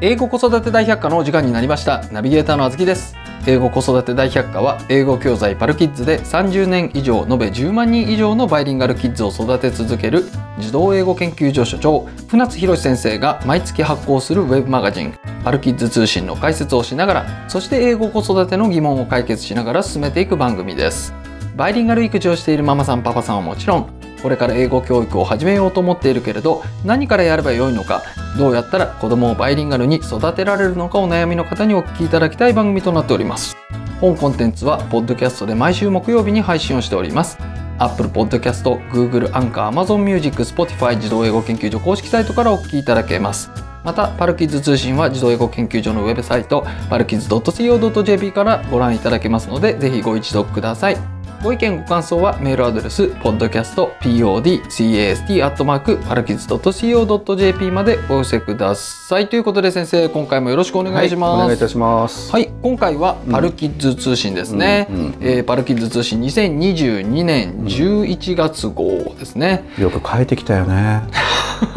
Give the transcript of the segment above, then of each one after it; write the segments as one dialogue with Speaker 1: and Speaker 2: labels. Speaker 1: 英語子育て大百科のお時間になりましたナビゲーターのあずきです英語子育て大百科は英語教材パルキッズで30年以上延べ10万人以上のバイリンガルキッズを育て続ける児童英語研究所所長船津博史先生が毎月発行するウェブマガジンパルキッズ通信の解説をしながらそして英語子育ての疑問を解決しながら進めていく番組ですバイリンガル育児をしているママさんパパさんはもちろんこれから英語教育を始めようと思っているけれど何からやればよいのかどうやったら子供をバイリンガルに育てられるのかお悩みの方にお聞きいただきたい番組となっております本コンテンツはポッドキャストで毎週木曜日に配信をしております Apple Podcast、Google、アンカー、Amazon Music、Spotify 自動英語研究所公式サイトからお聞きいただけますまたパルキッズ通信は自動英語研究所のウェブサイトパルキッズ .co.jp からご覧いただけますのでぜひご一読くださいご意見ご感想はメールアドレス podcastpodcast.co.jp までお寄せくださいということで先生今回もよろしくお願いします、
Speaker 2: お願いいたします。
Speaker 1: はい、今回はパルキッズ通信ですね。
Speaker 2: うんうん
Speaker 1: えーパルキッズ通信2022年11月号ですね。
Speaker 2: よく変えてきたよね。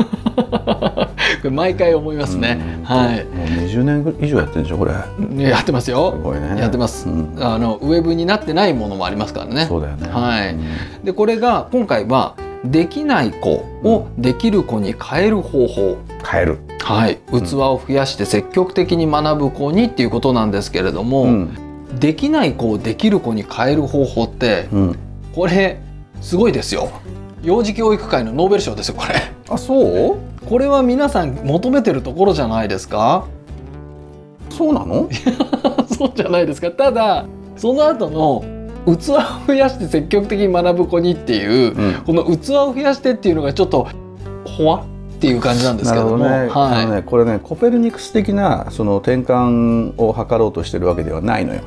Speaker 1: これ毎回思いますね。
Speaker 2: うん
Speaker 1: はい。
Speaker 2: もう20年以上やってるんでしょこれ。
Speaker 1: ねやってますよ。
Speaker 2: すごいね
Speaker 1: やってます。
Speaker 2: うん
Speaker 1: あのウェブになってないものもありますからね。
Speaker 2: そうだよね。
Speaker 1: はい
Speaker 2: うん
Speaker 1: でこれが今回はできない子をできる子に変える方法。
Speaker 2: 変える。
Speaker 1: はい、器を増やして積極的に学ぶ子にっていうことなんですけれども、
Speaker 2: うん。
Speaker 1: できない子をできる子に変える方法って
Speaker 2: うん。
Speaker 1: これすごいですよ幼児教育界のノーベル賞ですよこれ
Speaker 2: あ、そう？
Speaker 1: これは皆さん求めてるところじゃないですか
Speaker 2: そうなの？
Speaker 1: そうじゃないですかただその後の器を増やして積極的に学ぶ子にっていう、
Speaker 2: うん。
Speaker 1: この器を増やしてっていうのがちょっとほわっていう感じなんですけ
Speaker 2: なる
Speaker 1: ど
Speaker 2: ほど
Speaker 1: も
Speaker 2: ね。
Speaker 1: は
Speaker 2: あ
Speaker 1: い、
Speaker 2: のね、これね、コペルニクス的なその転換を図ろうとしてるわけではないのよ。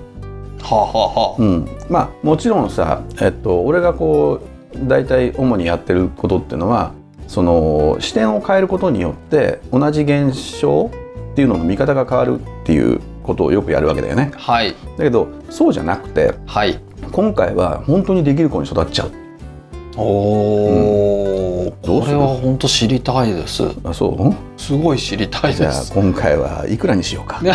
Speaker 1: はあは
Speaker 2: うん。まあもちろんさ、えっと俺がこう大体主にやってることっていうのは、その視点を変えることによって同じ現象っていうのの見方が変わるっていうことをよくやるわけだよね。
Speaker 1: あはあはい
Speaker 2: だけどそうじゃなくて
Speaker 1: はい
Speaker 2: 今回は本当にできる子に育っちゃう
Speaker 1: おお、
Speaker 2: どう
Speaker 1: こ
Speaker 2: す
Speaker 1: れ
Speaker 2: る
Speaker 1: は本当知りたいです
Speaker 2: あそう
Speaker 1: すごい知りたい
Speaker 2: じ
Speaker 1: で
Speaker 2: ゃあ
Speaker 1: す
Speaker 2: 今回はいくらにしようか、
Speaker 1: ね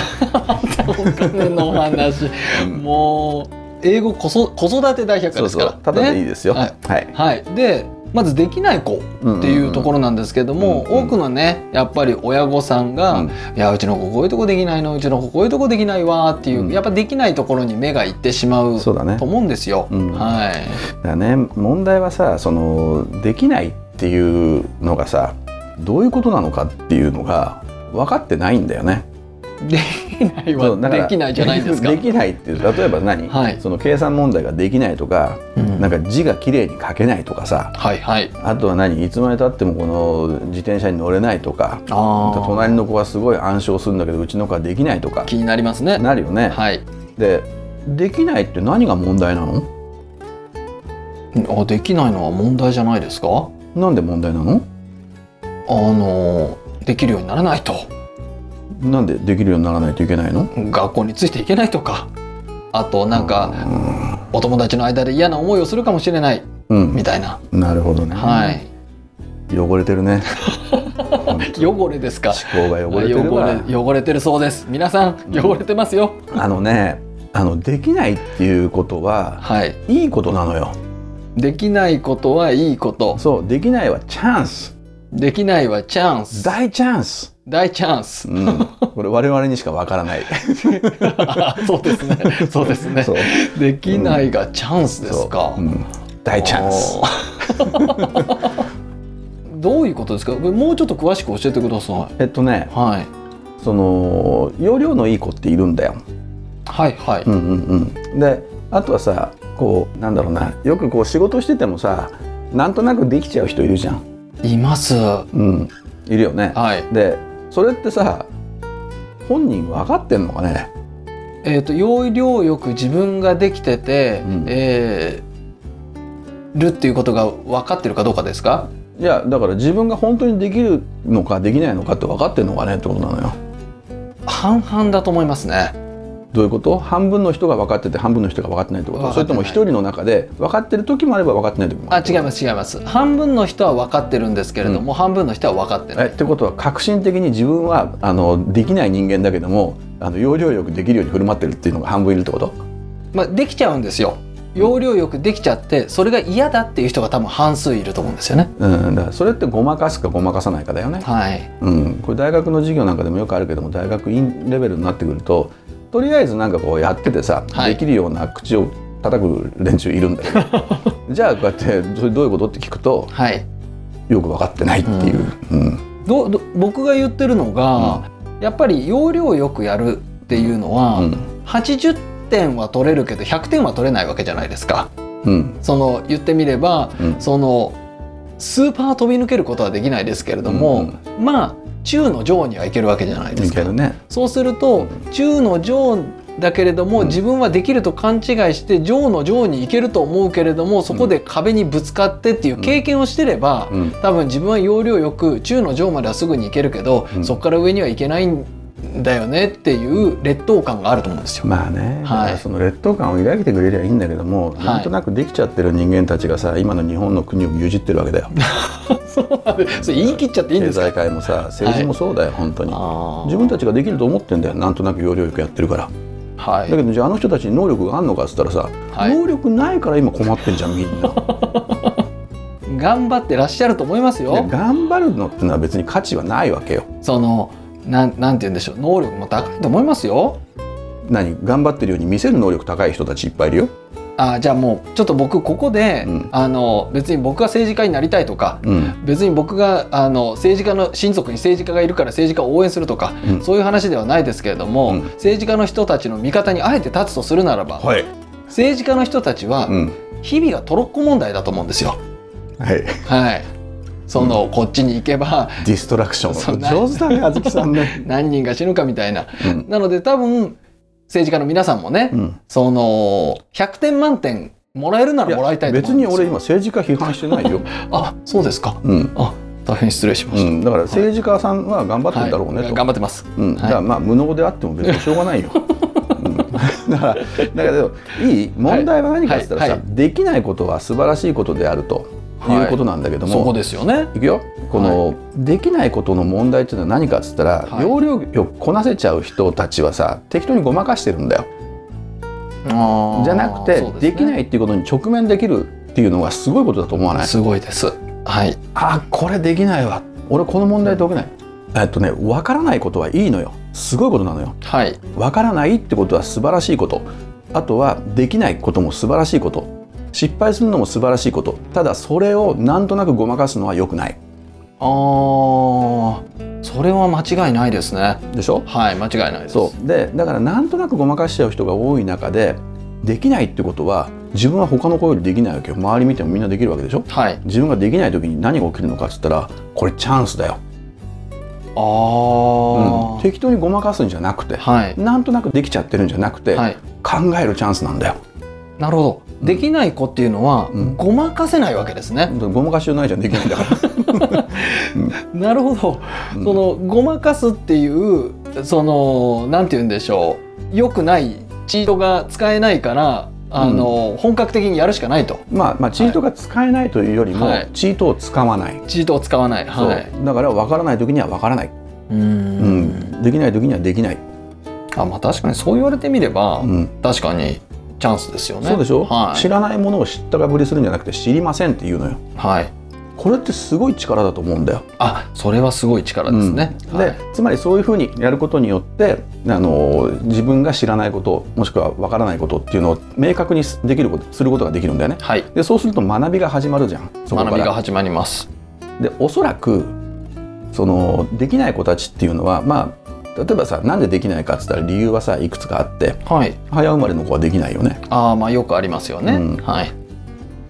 Speaker 1: お金のお話
Speaker 2: うん
Speaker 1: もう英語こそ子育て大百科
Speaker 2: そ
Speaker 1: で
Speaker 2: う
Speaker 1: すか
Speaker 2: そ
Speaker 1: ら、
Speaker 2: うただでいいですよ
Speaker 1: ね
Speaker 2: はい、
Speaker 1: はい、でまずできない子っ
Speaker 2: うんうんうん
Speaker 1: ていうところなんですけども、
Speaker 2: うんうん
Speaker 1: 多くのねやっぱり親御さんが「
Speaker 2: うん
Speaker 1: いやうちの子こういうとこできないのうちの子こういうとこできないわ」っていう、
Speaker 2: うん
Speaker 1: やっぱできないところに目がいってしまう
Speaker 2: そうだね
Speaker 1: と思うんですよ。
Speaker 2: うん
Speaker 1: はい、
Speaker 2: だね問題はさそのできないっていうのがさどういうことなのかっていうのが分かってないんだよね。
Speaker 1: できない
Speaker 2: そ
Speaker 1: は
Speaker 2: うだから
Speaker 1: できないじゃないですか。
Speaker 2: できないっていう例えば何、
Speaker 1: はい
Speaker 2: その計算問題ができないとか、
Speaker 1: うん
Speaker 2: なんか字が綺麗に書けないとかさ
Speaker 1: はいはい。
Speaker 2: あとは何いつまでたってもこの自転車に乗れないとか
Speaker 1: あー
Speaker 2: 隣の子はすごい暗唱するんだけどうちの子はできないとか
Speaker 1: 気になりますね。
Speaker 2: なるよね。
Speaker 1: はい。
Speaker 2: でできないって何が問題なの
Speaker 1: あできないのは問題じゃないですか。
Speaker 2: なんで問題なの
Speaker 1: あのできるようにならないと
Speaker 2: なんでできるようにならないといけないの
Speaker 1: 学校についていけないとかあとなんか
Speaker 2: か、
Speaker 1: お友達の間で嫌な思いをするかもしれない
Speaker 2: うん
Speaker 1: みたいな、
Speaker 2: なるほどね、
Speaker 1: はい
Speaker 2: 汚れて るね本当
Speaker 1: 汚れですか
Speaker 2: 思考が汚れてるわ
Speaker 1: 汚れ汚れてるそうです皆さん
Speaker 2: うん
Speaker 1: 汚れてますよ、
Speaker 2: あのねあのできないっていうことは
Speaker 1: はい
Speaker 2: いいことなのよ
Speaker 1: できないことはいいこと
Speaker 2: そうできないはチャンス
Speaker 1: できないはチャンス
Speaker 2: 大チャンス、
Speaker 1: 大チャン ス
Speaker 2: うん、これ我々にしかわからない
Speaker 1: あそうですねそうですね
Speaker 2: そう
Speaker 1: できないがチャンスですか、
Speaker 2: そううん大チャンス
Speaker 1: おー どういうことですかもうちょっと詳しく教えてくださ
Speaker 2: えっとね
Speaker 1: いはい
Speaker 2: その容量のいい子っているんだよ。
Speaker 1: はいはい、
Speaker 2: うんうんうん、であとはさこうなんだろうなよくこう仕事しててもさなんとなくできちゃう人いるじゃん。
Speaker 1: いますは
Speaker 2: うん、いるよね。
Speaker 1: い
Speaker 2: でそれってさ本人分かってんのかね
Speaker 1: えー、と要領よく自分ができてて、
Speaker 2: うん
Speaker 1: えーるっていうことが分かってるかどうかですか
Speaker 2: いやだから自分が本当にできるのかできないのかって分かってんのかねってことなのよ。
Speaker 1: 半々だと思いますね
Speaker 2: どういうこと半分の人が分かってて半分の人が分かってないってこと
Speaker 1: 分かっ
Speaker 2: そ
Speaker 1: てな
Speaker 2: れ
Speaker 1: い
Speaker 2: とも一人の中で分かってる時もあれば分かってない時も
Speaker 1: あ
Speaker 2: ある
Speaker 1: 違います違います半分の人は分かってるんですけれども、半分の人は分かってな
Speaker 2: え
Speaker 1: い
Speaker 2: ってことは革新的に自分はあのできない人間だけどもあの要領よくできるように振る舞ってるっていうのが半分いるってこと
Speaker 1: まあ、できちゃうんですよ要領よくできちゃってそれが嫌だっていう人が多分半数いると思うんですよね
Speaker 2: うんだからそれってごまかすかごまかさないかだよね、
Speaker 1: はい
Speaker 2: うん、これ大学の授業なんかでもよくあるけども大学院レベルになってくるととりあえずなんかこうやっててさ、
Speaker 1: はい
Speaker 2: できるような口を叩く連中いるん だよじゃあこうやってそれどういうことって聞くと
Speaker 1: はい
Speaker 2: よく分かってないっていう、うん
Speaker 1: どうど僕が言ってるのが、やっぱり要領よくやるっていうのは、
Speaker 2: うん
Speaker 1: 80点は取れるけど100点は取れないわけじゃないですか
Speaker 2: うん
Speaker 1: その言ってみれば
Speaker 2: うん
Speaker 1: そのスーパー飛び抜けることはできないですけれども、まあ中の上にはいけるわけじゃないで
Speaker 2: いい
Speaker 1: す
Speaker 2: け
Speaker 1: か
Speaker 2: どね
Speaker 1: そうすると中の上だけれども、
Speaker 2: うん
Speaker 1: 自分はできると勘違いして上の上に行けると思うけれどもそこで壁にぶつかってっていう経験をしてれば、
Speaker 2: うん
Speaker 1: 多分自分は要領よく中の上まではすぐに行けるけど、
Speaker 2: うん
Speaker 1: そこから上には行けないんだよねっていう劣等感があると思うんですよ。
Speaker 2: まあね、
Speaker 1: はい
Speaker 2: だからその劣等感を抱いてくれりゃいいんだけども、
Speaker 1: い
Speaker 2: なんとなくできちゃってる人間たちがさ今の日本の国を牛耳ってるわけだよ
Speaker 1: そうなんです それ言い切っちゃ っていいんで
Speaker 2: 経
Speaker 1: すか
Speaker 2: 済界もさ政治もそうだよ、本当に
Speaker 1: あー
Speaker 2: 自分たちができると思ってんだよなんとなく要領よくやってるから
Speaker 1: は
Speaker 2: だけどじゃああの人たちに能力があんのかっつったらさ、
Speaker 1: はい
Speaker 2: 能力ないから今困ってんじゃんみん な
Speaker 1: い、頑張ってらっしゃると思います
Speaker 2: で
Speaker 1: よ。
Speaker 2: 頑張るのってのは別に価値はないわけよ
Speaker 1: そのなんなんて言うんでしょう能力も高いと思いますよ。
Speaker 2: 何頑張ってるように見せる能力高い人たちいっぱいいるよ
Speaker 1: あーじゃあもうちょっと僕ここで、
Speaker 2: うん
Speaker 1: あの別に僕が政治家になりたいとか
Speaker 2: うん
Speaker 1: 別に僕があの政治家の親族に政治家がいるから政治家を応援するとか、
Speaker 2: うん
Speaker 1: そういう話ではないですけれども、
Speaker 2: うん
Speaker 1: 政治家の人たちの味方にあえて立つとするならば、
Speaker 2: はい、
Speaker 1: 政治家の人たちは
Speaker 2: うん
Speaker 1: 日々がトロッコ問題だと思うんですよ。
Speaker 2: はい、デ
Speaker 1: はい、その、こっちに行けば
Speaker 2: ィストラクシ
Speaker 1: そ
Speaker 2: ョ
Speaker 1: ん
Speaker 2: ン
Speaker 1: な
Speaker 2: 上手だねあずきさん ね
Speaker 1: 何人が死ぬかみたいな。
Speaker 2: うん、
Speaker 1: なので多分政治家の皆さんもね、
Speaker 2: うん
Speaker 1: その100点満点もらえるならもらいたいと思
Speaker 2: 別
Speaker 1: うんで
Speaker 2: に
Speaker 1: すよ
Speaker 2: 俺今政治家批判してないよ、
Speaker 1: あそうですか
Speaker 2: うん
Speaker 1: あ大変失礼しま
Speaker 2: う
Speaker 1: した、
Speaker 2: ん、だから政治家さんは頑張ってるんだろうね
Speaker 1: はい
Speaker 2: と、
Speaker 1: 頑張ってます
Speaker 2: うん、だからまあ無能であっても別にしょう がないよ、うん、だからだけどいい問題は何かって言ったらさ、
Speaker 1: はいは
Speaker 2: できないことは素晴らしいことであると
Speaker 1: はい
Speaker 2: いうことなんだけど
Speaker 1: そ
Speaker 2: も、
Speaker 1: こですよね
Speaker 2: いくよこの、できないことの問題っていうのは何かっつったら、
Speaker 1: はい
Speaker 2: 要領よくこなせちゃう人たちはさ適当にごまかしてるんだよじ
Speaker 1: じ
Speaker 2: ゃなくてで,、きないいっていうことに直面できるっていうのがすごいことだと思わない
Speaker 1: すごいですはい
Speaker 2: あこれできないわ俺この問題解けない、えっとね分からないことはいいのよすごいことなのよ
Speaker 1: はい
Speaker 2: 分からないってことは素晴らしいことあとはできないことも素晴らしいこと失敗するのも素晴らしいことただそれをなんとなくごまかすのは良くない
Speaker 1: あーそれは間違いないですね
Speaker 2: でしょ
Speaker 1: はい間違いないです
Speaker 2: そうでだからなんとなくごまかしちゃう人が多い中でできないってことは自分は他の子よりできないわけよ周り見てもみんなできるわけでしょ
Speaker 1: はい
Speaker 2: 自分ができない時に何が起きるのかっつったらこれチャンスだよ、
Speaker 1: あ
Speaker 2: うん
Speaker 1: ー、
Speaker 2: 適当にごまかすんじゃなくて、
Speaker 1: はい
Speaker 2: なんとなくできちゃってるんじゃなくて、
Speaker 1: はい
Speaker 2: 考えるチャンスなんだよ
Speaker 1: なるほど、できない子っていうのは、
Speaker 2: うん
Speaker 1: ごまかせないわけですね、
Speaker 2: ごまかしようないじゃんできないん だから
Speaker 1: なるほど、
Speaker 2: うん
Speaker 1: そのごまかすっていうそのなんて言うんでしょう良くないチートが使えないからあの、本格的にやるしかないと
Speaker 2: まあ、まあチートが使えないというよりも、
Speaker 1: はい
Speaker 2: チートを使わない、
Speaker 1: チートを使わないはい
Speaker 2: そうだから分からない時には分からない、
Speaker 1: うーん
Speaker 2: うん、できない時にはできない、
Speaker 1: あまあ確かにそう言われてみれば、
Speaker 2: うん
Speaker 1: 確かにチャンスですよね
Speaker 2: そうでしょ、
Speaker 1: はい
Speaker 2: 知らないものを知ったかぶりするんじゃなくて知りませんって言うのよ
Speaker 1: はい
Speaker 2: これってすごい力だと思うんだよ
Speaker 1: あそれはすごい力ですね、
Speaker 2: うん
Speaker 1: はい
Speaker 2: でつまりそういうふうにやることによってあの自分が知らないこともしくは分からないことっていうのを明確にすできることすることができるんだよね
Speaker 1: はい
Speaker 2: でそうすると学びが始まるじゃんそこか
Speaker 1: 学びが
Speaker 2: ら
Speaker 1: 始まります
Speaker 2: でおそらくそのできない子たちっていうのはまあ例えばさなんでできないかっつったら理由はさいくつかあって
Speaker 1: はい
Speaker 2: 早生まれの子はできないよね
Speaker 1: あーまあよくありますよね、
Speaker 2: うん
Speaker 1: はい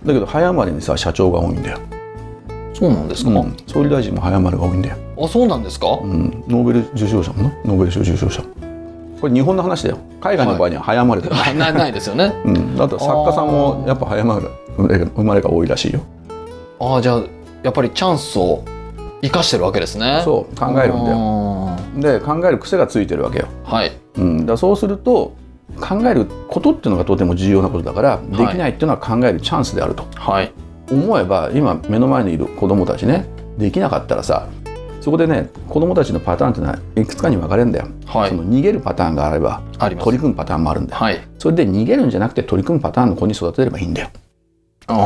Speaker 2: だけど早生まれにさ社長が多いんだよ、
Speaker 1: そうなんですか、
Speaker 2: うん総理大臣も早生まれが多いんだよ、
Speaker 1: あそうなんですか、
Speaker 2: うん、ノーベル受賞者もなノーベル賞受賞者これ日本の話だよ海外の場合には早生まれだよ、
Speaker 1: あなないですよね
Speaker 2: うん、あと作家さんもやっぱ早生まれ生まれが多いらしいよ
Speaker 1: ああじゃあやっぱりチャンスを生かしてるわけですねう
Speaker 2: そう考えるんだよ
Speaker 1: よ
Speaker 2: で考える癖がついてるわけよ、
Speaker 1: はい
Speaker 2: うん、だからそうすると考えることっていうのがとても重要なことだから、できないっていうのは考えるチャンスであると
Speaker 1: はい
Speaker 2: 思えば今目の前にいる子どもたちねできなかったらさそこでね子どもたちのパターンっていうのはいくつかに分かれるんだよ、
Speaker 1: は
Speaker 2: そ
Speaker 1: い
Speaker 2: の逃げるパターンがあれば
Speaker 1: あります
Speaker 2: 取り組むパターンもあるんだよ
Speaker 1: はい
Speaker 2: それで逃げるんじゃなくて取り組むパターンの子に育てればいいんだよ
Speaker 1: ああ
Speaker 2: 一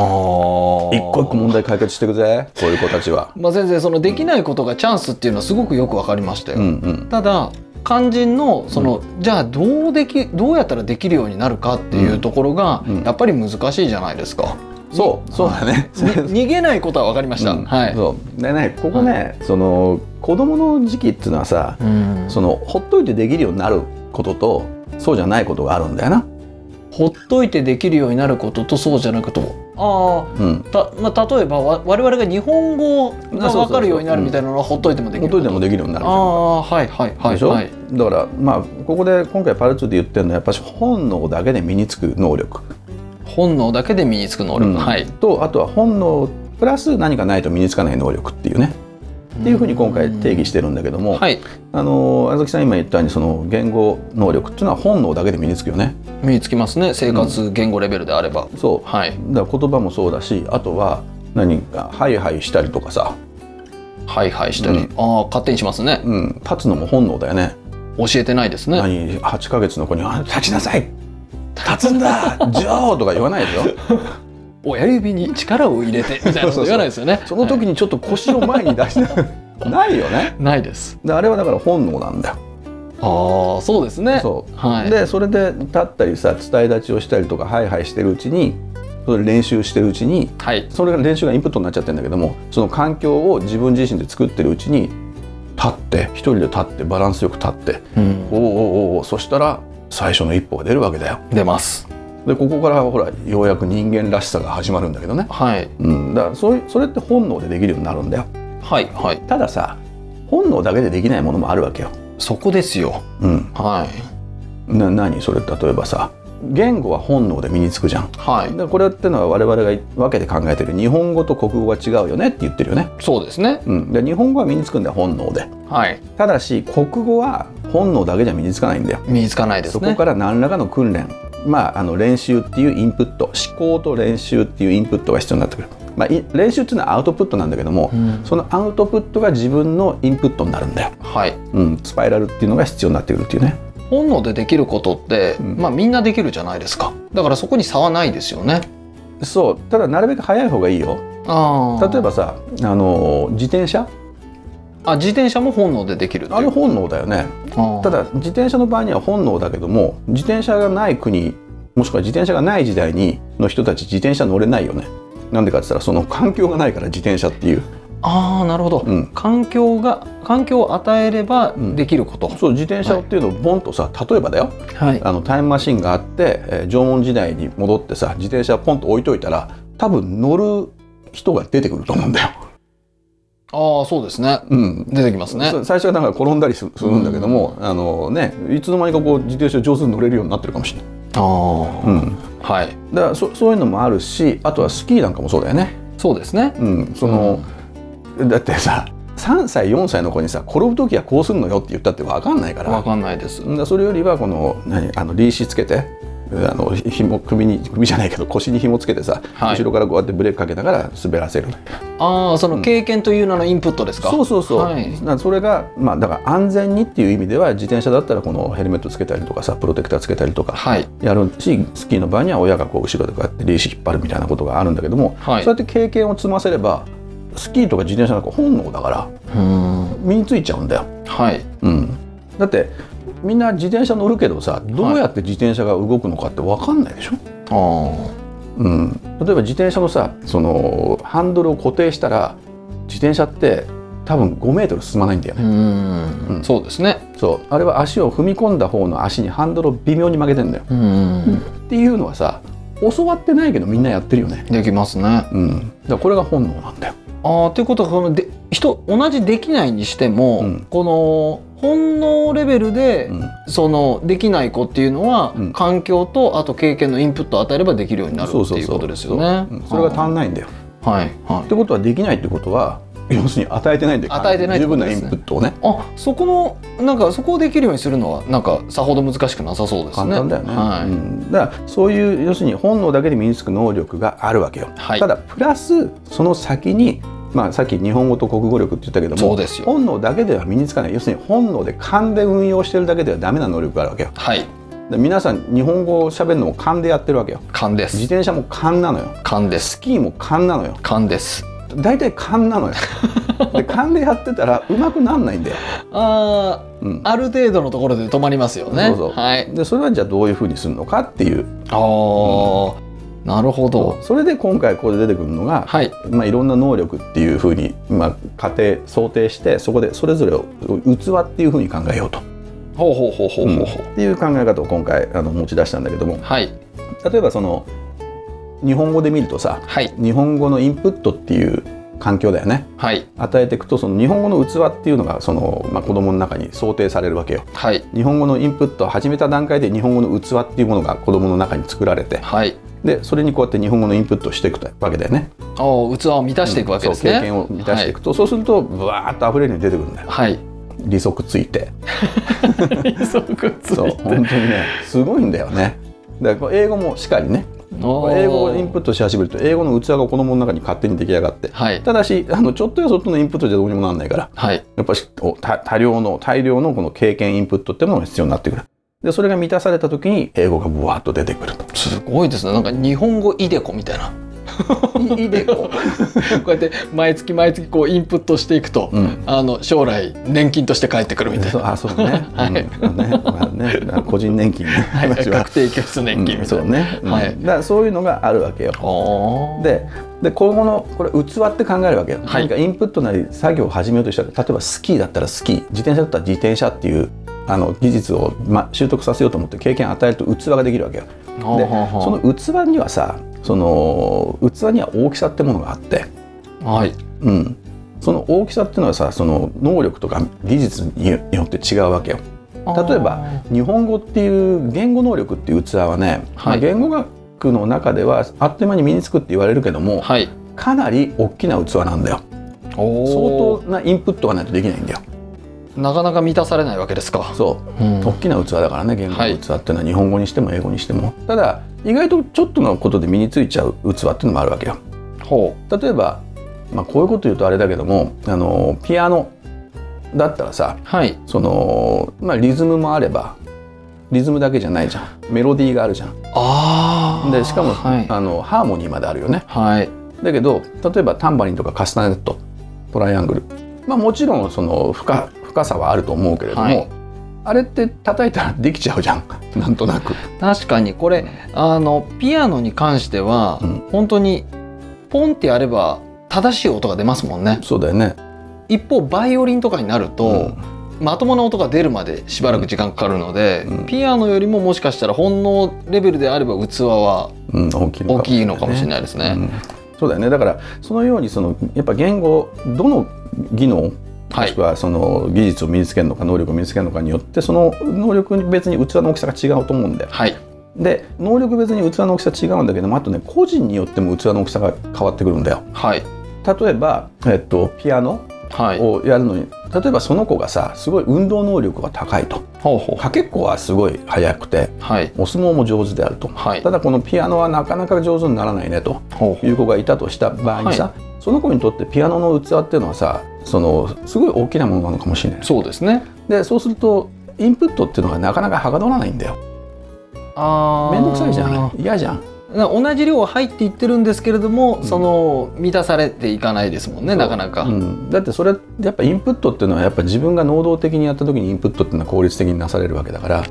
Speaker 2: 個一個問題解決していくぜこういう子たちは。
Speaker 1: まあ先生そのできないことがチャンスっていうのはすごくよくわかりましたよ、
Speaker 2: うんうん
Speaker 1: ただ肝心のその、じゃあどうできどうやったらできるようになるかっていうところが、
Speaker 2: うん
Speaker 1: やっぱり難しいじゃないですか。
Speaker 2: そうそうだね。
Speaker 1: に逃げないことは分かりました。
Speaker 2: うん
Speaker 1: はい。
Speaker 2: そうでねここね、その子供の時期っていうのはさ
Speaker 1: うん
Speaker 2: そのほっといてできるようになることとそうじゃないことがあるんだよな。
Speaker 1: ほっといてできるようになることとそうじゃなくとああ
Speaker 2: うん、
Speaker 1: た、まあ、例えばわ我々が日本語が分かるようになるみたいなのはほっといてもでき
Speaker 2: ほ
Speaker 1: る
Speaker 2: っといてもできるようになる
Speaker 1: ああはいはいはい
Speaker 2: でしょ、
Speaker 1: はい
Speaker 2: だからまあここで今回パルツで言ってるのはやっぱし本能だけで身につく能力、
Speaker 1: 本能だけで身につく能力、
Speaker 2: うん
Speaker 1: はい、
Speaker 2: とあとは本能プラス何かないと身につかない能力っていうねっていうふうに今回定義してるんだけども、
Speaker 1: はい
Speaker 2: あの安崎さん今言ったようにその言語能力っていうのは本能だけで身につくよね。
Speaker 1: 身につきますね生活言語レベルであれば、
Speaker 2: そう
Speaker 1: はい
Speaker 2: だから言葉もそうだしあとは何かハイハイしたりとかさ、
Speaker 1: はいはいしたり、
Speaker 2: う
Speaker 1: ああ勝手にしますね
Speaker 2: うん、立つのも本能だよね
Speaker 1: 教えてないですね
Speaker 2: 何8ヶ月の子に「あ立ちなさい立つ んだジョー!」とか言わないでよ
Speaker 1: 親指に力を入れ てみたいなこと言わないですよね
Speaker 2: その時にちょっと腰を前に 出しなないよね
Speaker 1: ないです
Speaker 2: であれはだから本能なんだよ
Speaker 1: ああそうですね
Speaker 2: そう
Speaker 1: はい
Speaker 2: でそれで立ったりさ伝え立ちをしたりとかハイハイしてるうちにそれ練習してるうちに
Speaker 1: はい
Speaker 2: それが練習がインプットになっちゃってるんだけどもその環境を自分自身で作ってるうちに立って一人で立ってバランスよく立っておうおうおうおうそしたら最初の一歩が出るわけだよ
Speaker 1: 出ます
Speaker 2: でここからほらようやく人間らしさが始まるんだけどね、
Speaker 1: はい
Speaker 2: うん、だからそういうそれって本能でできるようになるんだよ
Speaker 1: はいはい
Speaker 2: たださ本能だけでできないものもあるわけよ、
Speaker 1: そこですよ
Speaker 2: うん、
Speaker 1: はい
Speaker 2: な何それ例えばさ言語は本能で身につくじゃん
Speaker 1: はい
Speaker 2: でこれってのは我々が分けて考えてる日本語と国語が違うよねって言ってるよね、
Speaker 1: そうですね
Speaker 2: うん、で日本語は身につくんだよ本能で
Speaker 1: はい
Speaker 2: ただし国語は本能だけじゃ身につかないんだよ
Speaker 1: 身につかないです
Speaker 2: そ
Speaker 1: ね
Speaker 2: こから何らかの訓練、まあ、あの練習っていうインプット思考と練習っていうインプットが必要になってくる、まあ、い練習っていうのはアウトプットなんだけども、
Speaker 1: うん
Speaker 2: そのアウトプットが自分のインプットになるんだよ、
Speaker 1: はい
Speaker 2: うん、スパイラルっていうのが必要になってくるっていうね
Speaker 1: 本能でできることって、
Speaker 2: ん
Speaker 1: まあみんなできるじゃないですかだからそこに差はないですよね
Speaker 2: そうただなるべく早い方がいいよ
Speaker 1: ああ
Speaker 2: 例えばさあの自転車
Speaker 1: あ自転車も本能でできるっていう
Speaker 2: あれ本能だよね
Speaker 1: ああ
Speaker 2: ただ自転車の場合には本能だけども自転車がない国もしくは自転車がない時代にの人たち自転車乗れないよねなんでかって言ったらその環境がないから自転車っていう
Speaker 1: ああなるほど、
Speaker 2: うん
Speaker 1: 環境が環境を与えれば
Speaker 2: ん
Speaker 1: できること、
Speaker 2: そう自転車っていうのをボンとさ例えばだよ
Speaker 1: はい
Speaker 2: あのタイムマシンがあって、えー縄文時代に戻ってさ自転車ポンと置いといたら多分乗る人が出てくると思うんだよ。
Speaker 1: ああそうですね
Speaker 2: うん
Speaker 1: 出てきますね
Speaker 2: そう最初はなんか転んだりすするんだけども、あのね、いつの間にかこう自転車上手に乗れるようになってるかもしれない、
Speaker 1: ああ
Speaker 2: うん、
Speaker 1: はい
Speaker 2: だからそそういうのもあるしあとはスキーなんかもそうだよね、
Speaker 1: そうですね
Speaker 2: うん、その、だってさ3歳4歳の子にさ転ぶ時はこうするのよって言ったって分かんないから
Speaker 1: わかんないです
Speaker 2: だからそれよりはこの何あのリーシつけてあのひ紐首に首じゃないけど腰に紐つけてさ、
Speaker 1: はい
Speaker 2: 後ろからこうやってブレーキかけながら滑らせる
Speaker 1: ああその経験という名のインプットですか、
Speaker 2: そうそうそう、
Speaker 1: はい
Speaker 2: だからそれがまあだから安全にっていう意味では自転車だったらこのヘルメットつけたりとかさプロテクターつけたりとか
Speaker 1: はい
Speaker 2: やるしスキーの場合には親がこう後ろでこうやってリーシ引っ張るみたいなことがあるんだけども、
Speaker 1: はい
Speaker 2: そうやって経験を積ませればスキーとか自転車なんか本能だから
Speaker 1: うん
Speaker 2: 身についちゃうんだよ。
Speaker 1: はい
Speaker 2: うん、だってみんな自転車乗るけどさどうやって自転車が動くのかって分かんないでしょ、
Speaker 1: ああ
Speaker 2: うん、例えば自転車のさそのハンドルを固定したら自転車って多分5メートル進まないんだよ
Speaker 1: う
Speaker 2: ね、
Speaker 1: ん、
Speaker 2: うん
Speaker 1: そうですね
Speaker 2: そうあれは足を踏み込んだ方の足にハンドルを微妙に曲げてんだよ、
Speaker 1: うん、
Speaker 2: っていうのはさ教わってないけどみんなやってるよね、
Speaker 1: できますね
Speaker 2: うん、だからこれが本能なんだよ、
Speaker 1: ああということはこので人同じできないにしても、
Speaker 2: うん
Speaker 1: この本能レベルで、
Speaker 2: うん、
Speaker 1: そのできない子っていうのは、
Speaker 2: うん
Speaker 1: 環境とあと経験のインプットを与えればできるようになるって
Speaker 2: そうそう
Speaker 1: いう
Speaker 2: そ
Speaker 1: こ
Speaker 2: う
Speaker 1: とですよね
Speaker 2: そううん。それが足んないんだよ、
Speaker 1: はいは
Speaker 2: ってことはできないってことは要するに与えてないんで
Speaker 1: 与えてないって
Speaker 2: 十
Speaker 1: こ
Speaker 2: 分
Speaker 1: と
Speaker 2: な
Speaker 1: で
Speaker 2: イ
Speaker 1: すね
Speaker 2: ンプットをね
Speaker 1: あそこのなんかそこをできるようにするのはなんかさほど難しくなさそうですね
Speaker 2: 簡単だよね、
Speaker 1: はい
Speaker 2: うんだからそういう要するに本能だけで身につく能力があるわけよ、
Speaker 1: はい
Speaker 2: ただプラスその先にまあさっき日本語と国語力って言ったけど
Speaker 1: そう
Speaker 2: も
Speaker 1: ですよ
Speaker 2: 本能だけでは身につかない要するに本能で勘で運用してるだけではダメな能力があるわけよ
Speaker 1: はい
Speaker 2: で皆さん日本語を喋るのも勘でやってるわけよ
Speaker 1: 勘で
Speaker 2: 自
Speaker 1: す
Speaker 2: 転車も勘なのよ
Speaker 1: 勘で
Speaker 2: ス
Speaker 1: す
Speaker 2: キーも勘なのよ
Speaker 1: 勘です
Speaker 2: 大体勘な のよで勘でやってたらうまくなんないんだよ、
Speaker 1: あ
Speaker 2: うん
Speaker 1: ーある程度のところで止まりますよね
Speaker 2: そうそう
Speaker 1: はい
Speaker 2: でそれはじゃあどういうふうにするのかっていう
Speaker 1: あー、なるほど
Speaker 2: それで今回ここで出てくるのが、
Speaker 1: はい
Speaker 2: まあ、いろんな能力っていうふうに、まあ、仮定想定してそこでそれぞれを器っていうふうに考えようと、
Speaker 1: ほうほうほうほうほうほう、
Speaker 2: っていう考え方を今回あの持ち出したんだけども
Speaker 1: はい
Speaker 2: 例えばその日本語で見るとさ
Speaker 1: はい
Speaker 2: 日本語のインプットっていう環境だよね
Speaker 1: はい
Speaker 2: 与えていくとその日本語の器っていうのがその、まあ、子供の中に想定されるわけよ。
Speaker 1: はい
Speaker 2: 日本語のインプットを始めた段階で日本語の器っていうものが子供の中に作られて
Speaker 1: はい
Speaker 2: でそれにこうやって日本語のインプットをしていくわけだよね。
Speaker 1: おー器を満たしていくわけですね、
Speaker 2: そう経験を満たしていくと、そうするとブワーッと溢れるように出てくるんだよ
Speaker 1: はい
Speaker 2: 利息つ いてそう
Speaker 1: そう
Speaker 2: 本当にねすごいんだよねだからこう英語もしかりね
Speaker 1: おー
Speaker 2: 英語をインプットし始めると英語の器が子供の中に勝手に出来上がって
Speaker 1: はい
Speaker 2: ただしあのちょっとやそっとのインプットじゃどうにもなんないから
Speaker 1: はい
Speaker 2: やっぱしおた多量の大量のこの経験インプットっていうものが必要になってくるでそれが満たされた時に英語がブワーッと出てくると
Speaker 1: すごいですねなんか日本語イデコみたいなイデコ こうやって毎月毎月こうインプットしていくと、
Speaker 2: うん
Speaker 1: あの将来年金として返ってくるみたい
Speaker 2: そう
Speaker 1: な
Speaker 2: あそうね,、
Speaker 1: はい
Speaker 2: うんねまあねまあ個人年金の
Speaker 1: はい
Speaker 2: 話は
Speaker 1: 確定拠出年金
Speaker 2: うん
Speaker 1: みた
Speaker 2: そ
Speaker 1: いうな、
Speaker 2: ね、うん
Speaker 1: はい
Speaker 2: だからそういうのがあるわけよ
Speaker 1: おー
Speaker 2: でで今後のこれ器って考えるわけよ、
Speaker 1: はい
Speaker 2: 何かインプットなり作業を始めようとしたら例えばスキーだったらスキー自転車だったら自転車っていうあの技術を、ま、習得させようと思って経験を与えると器ができるわけよ
Speaker 1: ほう
Speaker 2: で
Speaker 1: ほうほう
Speaker 2: その器にはさその器には大きさってものがあって、
Speaker 1: はい
Speaker 2: うん、その大きさっていうのはさその能力とか技術によって違うわけよ例えば日本語っていう言語能力っていう器はね、まあ
Speaker 1: はい
Speaker 2: 言語学の中ではあっという間に身につくって言われるけども、
Speaker 1: はい
Speaker 2: かなり大きな器なんだよ
Speaker 1: 相当
Speaker 2: 相当なインプットがないとできないんだよ
Speaker 1: なかなか満たされないわけですか、
Speaker 2: そう
Speaker 1: うん
Speaker 2: 大きな器だからね言語
Speaker 1: はい
Speaker 2: の器っていうのは日本語にしても英語にしてもただ意外とちょっとのことで身についちゃう器っていうのもあるわけよ
Speaker 1: ほ
Speaker 2: 例えば、まあ、こういうこと言うとあれだけどもあのピアノだったらさ
Speaker 1: うはい
Speaker 2: その、まあ、リズムもあればリズムだけじゃないじゃんメロディーがあるじゃん
Speaker 1: あー
Speaker 2: でしかも、
Speaker 1: はい、
Speaker 2: あのハーモニーまであるよね
Speaker 1: はい、
Speaker 2: だけど例えばタンバリンとかカスタネットトライアングル、まあ、もちろんその深深さはあると思うけれども、
Speaker 1: はい
Speaker 2: あれって叩いたらできちゃうじゃん なんとなく。
Speaker 1: 確かにこれあのピアノに関しては、
Speaker 2: うん
Speaker 1: 本当にポンってやれば正しい音が出ますもんね
Speaker 2: そうだよね、
Speaker 1: 一方バイオリンとかになると、まともな音が出るまでしばらく時間かかるので、
Speaker 2: うん
Speaker 1: ピアノよりももしかしたら本能レベルであれば器は
Speaker 2: うん、大きいの
Speaker 1: 大きいのかもしれ
Speaker 2: い
Speaker 1: ないです
Speaker 2: で
Speaker 1: ね。
Speaker 2: そうだよねだからそのようにそのやっぱ言語どの技能も
Speaker 1: は
Speaker 2: し
Speaker 1: い
Speaker 2: くはその技術を身につけるのか能力を身につけるのかによってその能力別に器の大きさが違うと思うんだよ。
Speaker 1: はい
Speaker 2: で能力別に器の大きさ違うんだけどもあとね個人によっても器の大きさが変わってくるんだよ。
Speaker 1: はい
Speaker 2: 例えば、えっと、ピアノ
Speaker 1: はい
Speaker 2: をやるのに例えばその子がさすごい運動能力が高いと
Speaker 1: ほうほ
Speaker 2: かけっこはすごい速くて
Speaker 1: うはい
Speaker 2: お相撲も上手であると、
Speaker 1: はい
Speaker 2: ただこのピアノはなかなか上手にならないねと
Speaker 1: ほうほ
Speaker 2: いうう子がいたとした場合にさ、その子にとってピアノの器っていうのはさそのすごい大きなものなのかもしれない
Speaker 1: そうですね。
Speaker 2: でそうするとインプットっていうのがなかなかはかどらないんだよ
Speaker 1: あ
Speaker 2: 面倒くさいじゃんあれ嫌じゃん
Speaker 1: な同じ量は入っていってるんですけれども、その満たされていかないですもんねなかなか、
Speaker 2: うん、だってそれやっぱインプットっていうのはやっぱ自分が能動的にやった時にインプットっていうのは効率的になされるわけだから、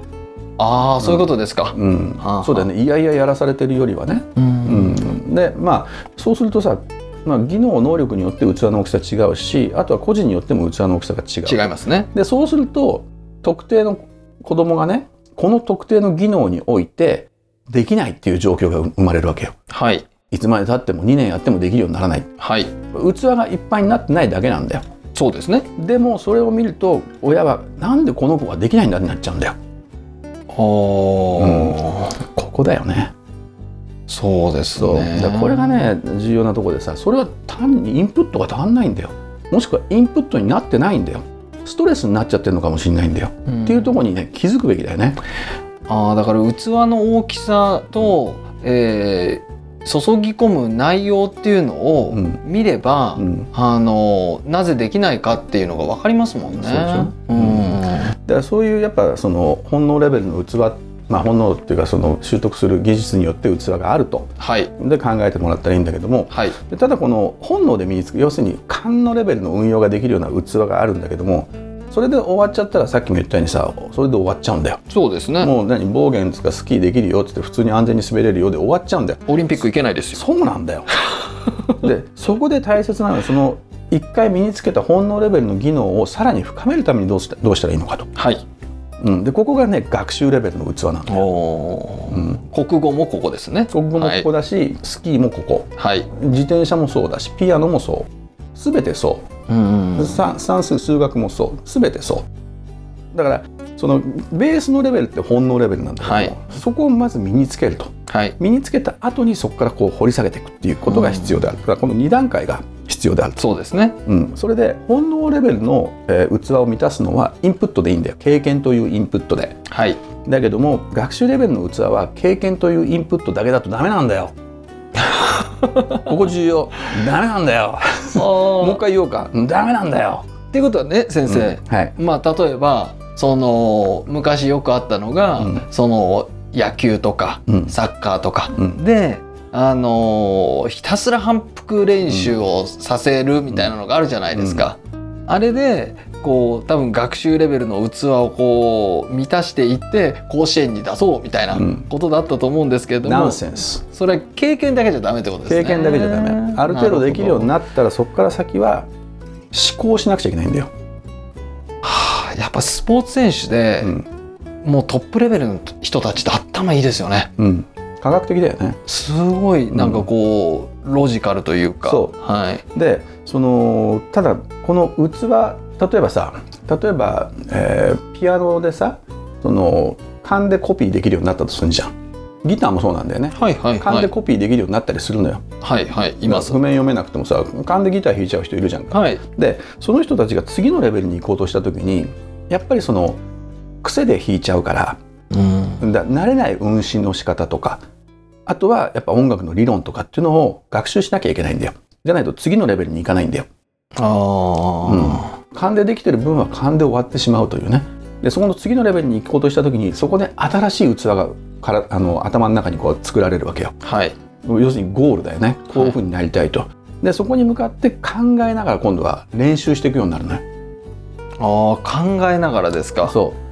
Speaker 1: ああそういうことですか、
Speaker 2: うん
Speaker 1: はあはあ
Speaker 2: そうだよねいやいややらされてるよりはね、
Speaker 1: うん
Speaker 2: うん、でまあそうするとさ、まあ、技能能力によって器の大きさ違うしあとは個人によっても器の大きさが違う
Speaker 1: 違いますね
Speaker 2: でそうすると特定の子供がねこの特定の技能においてできないっていう状況が生まれるわけよ
Speaker 1: はい
Speaker 2: いつまでたっても2年やってもできるようにならない
Speaker 1: はい
Speaker 2: 器がいっぱいになってないだけなんだよ
Speaker 1: そうですね
Speaker 2: でもそれを見ると親はなんでこの子ができないんだってなっちゃうんだよ
Speaker 1: おー
Speaker 2: ここだよね
Speaker 1: そうです
Speaker 2: そう
Speaker 1: ね
Speaker 2: だからこれがね重要なところでさそれは単にインプットが足んないんだよもしくはインプットになってないんだよストレスになっちゃってるのかもしれないんだよ、
Speaker 1: ん
Speaker 2: っていうところにね気づくべきだよね
Speaker 1: ああだから器の大きさと、えー注ぎ込む内容っていうのを
Speaker 2: うん
Speaker 1: 見れば、
Speaker 2: うん
Speaker 1: あのなぜできないかっていうのが分かりますもんね。
Speaker 2: そうでしょ
Speaker 1: うん
Speaker 2: だからそういうやっぱその本能レベルの器まあ本能っていうかその習得する技術によって器があると
Speaker 1: はい
Speaker 2: で考えてもらったらいいんだけども
Speaker 1: はい
Speaker 2: でただこの本能で身につく要するに勘のレベルの運用ができるような器があるんだけどもそれで終わっちゃったらさっきも言ったようにさそれで終わっちゃうんだよ。
Speaker 1: そうですね。
Speaker 2: もう何暴言つかスキーできるよっつって普通に安全に滑れるようで終わっちゃうんだよ。
Speaker 1: オリンピック行けないですよ。
Speaker 2: そうなんだよでそこで大切なのはその一回身につけた本能レベルの技能をさらに深めるためにどうしたどうしたらいいのかと、
Speaker 1: はい。
Speaker 2: うん、でここがね学習レベルの器なんだ
Speaker 1: お
Speaker 2: よ、
Speaker 1: お
Speaker 2: う
Speaker 1: ー、
Speaker 2: ん、
Speaker 1: 国語もここですね。
Speaker 2: 国語もここだし、スキーもここ
Speaker 1: はい。
Speaker 2: 自転車もそうだしピアノもそう全てそう
Speaker 1: うんうん
Speaker 2: 算算数数学もそう全てそうだからそのベースのレベルって本能レベルなんだけども、
Speaker 1: はい
Speaker 2: そこをまず身につけると
Speaker 1: はい。
Speaker 2: 身につけた後にそこからこう掘り下げていくっていうことが必要である、だからこの2段階が必要であると、
Speaker 1: そうですね。
Speaker 2: うん、それで本能レベルの、えー器を満たすのはインプットでいいんだよ経験というインプットで
Speaker 1: はい。
Speaker 2: だけども学習レベルの器は経験というインプットだけだとダメなんだ よここ重要ダメなんだよもう
Speaker 1: もう
Speaker 2: 一回言おうかダメなんだよ、
Speaker 1: っていうことはね先生、
Speaker 2: うんはい
Speaker 1: まあ例えばその昔よくあったのが、
Speaker 2: うん
Speaker 1: その野球とか
Speaker 2: うん
Speaker 1: サッカーとか、
Speaker 2: うん
Speaker 1: であのーひたすら反復練習をさせるみたいなのがあるじゃないですか。あれでこう多分学習レベルの器をこう満たしていって甲子園に出そうみたいな
Speaker 2: うん
Speaker 1: ことだったと思うんですけれど
Speaker 2: ナ
Speaker 1: も、
Speaker 2: ンセンス
Speaker 1: それは経験だけじゃダメってことですね
Speaker 2: 経験だけじゃダメある程度できるように
Speaker 1: な
Speaker 2: なったらそこから先は思考しなくちゃいけないんだよ、
Speaker 1: はあやっぱスポーツ選手で、
Speaker 2: うん
Speaker 1: もうトップレベルの人たちって頭いいですよね
Speaker 2: うん、科学的だよね
Speaker 1: すごいなんかこう、ロジカルというか
Speaker 2: そう
Speaker 1: はい
Speaker 2: でそのただこの器例えばさ例えば、えーピアノでさその勘でコピーできるようになったとするじゃんギターもそうなんだよね
Speaker 1: はいはい
Speaker 2: 勘
Speaker 1: は
Speaker 2: で
Speaker 1: い
Speaker 2: コピーできるようになったりするのよ、
Speaker 1: はいはいいます
Speaker 2: 譜面読めなくてもさ勘でギター弾いちゃう人いるじゃんか
Speaker 1: はい
Speaker 2: でその人たちが次のレベルに行こうとした時にやっぱりその癖で弾いちゃうから
Speaker 1: うん
Speaker 2: だ慣れない運針の仕方とかあとはやっぱ音楽の理論とかっていうのを学習しなきゃいけないんだよじゃないと次のレベルに行かないんだよ
Speaker 1: あ
Speaker 2: 勘でできてる分は勘で終わってしまうというねでそこの次のレベルに行こうとした時にそこで新しい器がからあの頭の中にこう作られるわけよ
Speaker 1: あはい
Speaker 2: 要するにゴールだよねこういうふうになりたいと、でそこに向かって考えながら今度は練習していくようになるのよ
Speaker 1: ああ考えながらですか
Speaker 2: そう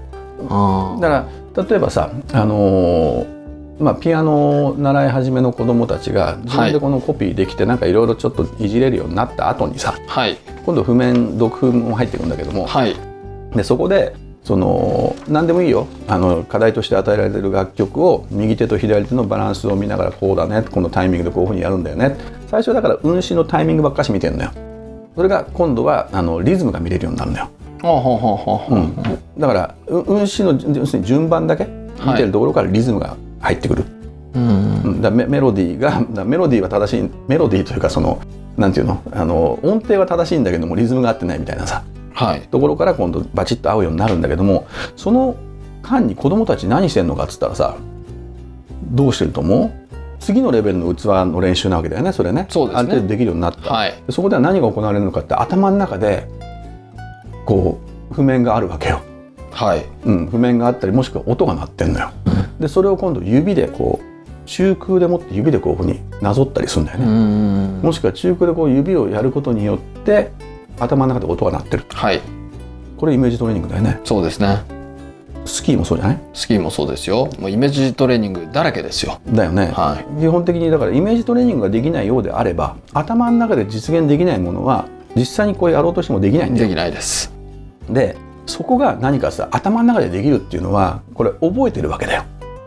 Speaker 1: あ
Speaker 2: だから例えばさ、あのーまあ、ピアノを習い始めの子供たちが自分でこのコピーできてなんかいろいろちょっといじれるようになった後にさ
Speaker 1: あはい
Speaker 2: 今度譜面読譜も入ってくるんだけども
Speaker 1: はい
Speaker 2: でそこでその何でもいいよあの課題として与えられてる楽曲を右手と左手のバランスを見ながらこうだねこのタイミングでこういうふうにやるんだよね最初だから運指のタイミングばっかし見てるのよそれが今度はあのリズムが見れるようになるのよ
Speaker 1: ああほうほうほうほう
Speaker 2: うん、だからう運指のじ要するに順番だけ見てるところからリズムが入ってくる、
Speaker 1: うん
Speaker 2: うんだからメメロディーがだからメロディーは正しいメロディーというかそのなんていうのあの音程は正しいんだけどもリズムが合ってないみたいなさ
Speaker 1: はい
Speaker 2: ところから今度バチッと合うようになるんだけどもその間に子供たち何してんのかっつったらさどうしてると思う次のレベルの器の練習なわけだよねそれね
Speaker 1: そうですね
Speaker 2: ある程度できるようになった、
Speaker 1: はい
Speaker 2: でそこでは何が行われるのかって頭の中でこう譜面があるわけよ。
Speaker 1: はい
Speaker 2: うん、譜面があったりもしくは音が鳴ってんのよ。でそれを今度指でこう中空でもって指でこういうふうになぞったりするんだよ
Speaker 1: う
Speaker 2: ね。
Speaker 1: ん
Speaker 2: もしくは中空でこう指をやることによって頭の中で音が鳴ってる
Speaker 1: はい
Speaker 2: これイメージトレーニングだよね。
Speaker 1: そうですね
Speaker 2: スキーもそうじゃない
Speaker 1: スキーもそうですよもうイメージトレーニングだらけですよ
Speaker 2: だよね。
Speaker 1: は
Speaker 2: 基本的にだからイメージトレーニングができないようであれば頭の中で実現できないものは実際にこうやろうとしてもできない
Speaker 1: い
Speaker 2: んだよ
Speaker 1: できないです
Speaker 2: でそこが何かさ頭の中でできるっていうのはこれ覚えてるわけだよ。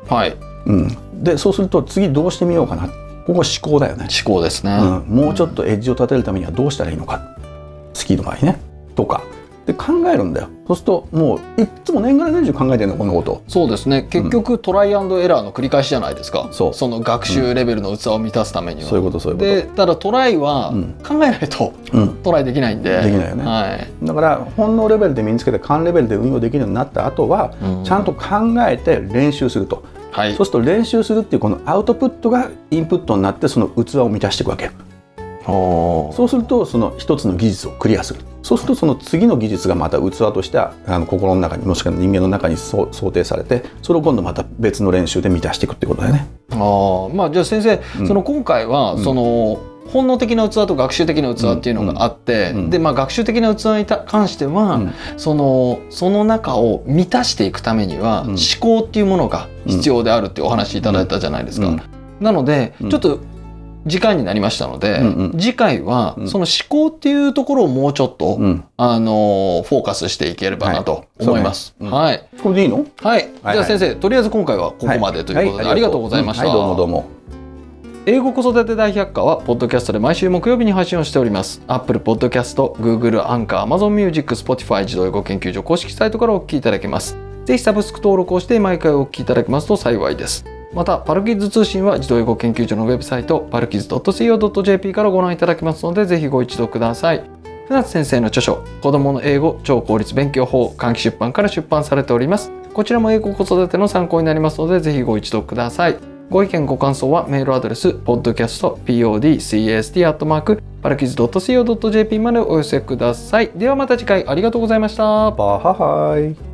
Speaker 1: はい
Speaker 2: うん、でそうすると次どうしてみようかなここは思考だよね。
Speaker 1: 思考ですね、
Speaker 2: うん、もうちょっとエッジを立てるためにはどうしたらいいのかスキーの場合ねとかで考えるんだよそうするともういっつも年がら年中考えてるのこのこと
Speaker 1: そうですね結局、トライアンドエラーの繰り返しじゃないですか
Speaker 2: そう
Speaker 1: の学習レベルの器を満たすためには、
Speaker 2: そういうことそういう
Speaker 1: でただトライは
Speaker 2: うん
Speaker 1: 考えないと
Speaker 2: こと、うん、
Speaker 1: トライできないんで
Speaker 2: できないよね
Speaker 1: はい
Speaker 2: だから本能レベルで身につけて感レベルで運用できるようになった後は、
Speaker 1: うん
Speaker 2: ちゃんと考えて練習すると
Speaker 1: はい
Speaker 2: そうすると練習するっていうこのアウトプットがインプットになってその器を満たしていくわけ
Speaker 1: そ
Speaker 2: そうするとその一つの技術をクリアするそうするとその次の技術がまた器としてあの心の中にもしくは人間の中にそう想定されてそれを今度また別の練習で満たしていくってことだよね。
Speaker 1: うああまあじゃあ先生、
Speaker 2: うん
Speaker 1: その今回は、
Speaker 2: ん
Speaker 1: その本能的な器と学習的な器っていうのがあって、
Speaker 2: うんうん
Speaker 1: でまあ学習的な器にた関しては、
Speaker 2: うん
Speaker 1: そのその中を満たしていくためには、
Speaker 2: うん
Speaker 1: 思考っていうものが必要であるっていうお話いただいたじゃないですか。
Speaker 2: うん
Speaker 1: なので、
Speaker 2: うん
Speaker 1: ちょっと時間になりましたので、
Speaker 2: うんうん
Speaker 1: 次回は、
Speaker 2: うん
Speaker 1: その思考っていうところをもうちょっと、
Speaker 2: うん、
Speaker 1: あのフォーカスしていければなと思います。
Speaker 2: はいそ
Speaker 1: はい、
Speaker 2: うねうんこれでいいの
Speaker 1: はい、
Speaker 2: はい
Speaker 1: じゃあ先生とりあえず今回はここまでということで、
Speaker 2: は
Speaker 1: ありがとうございました、
Speaker 2: んはい、どうもどうも。
Speaker 1: 英語子育て大百科はポッドキャストで毎週木曜日に配信をしております Apple Podcast、Google、アンカー、Amazon Music、Spotify 自動英語研究所公式サイトからお聞きいただけますぜひサブスク登録をして毎回お聞きいただけますと幸いですまたパルキッズ通信は自動英語研究所のウェブサイトパルキッズ .co.jp からご覧いただけますのでぜひご一読ください船津先生の著書「子どもの英語超効率勉強法」換気出版から出版されておりますこちらも英語子育ての参考になりますのでぜひご一読くださいご意見ご感想はメールアドレス podcastpodcast.co.jp までお寄せくださいではまた次回ありがとうございました
Speaker 2: バハハイ。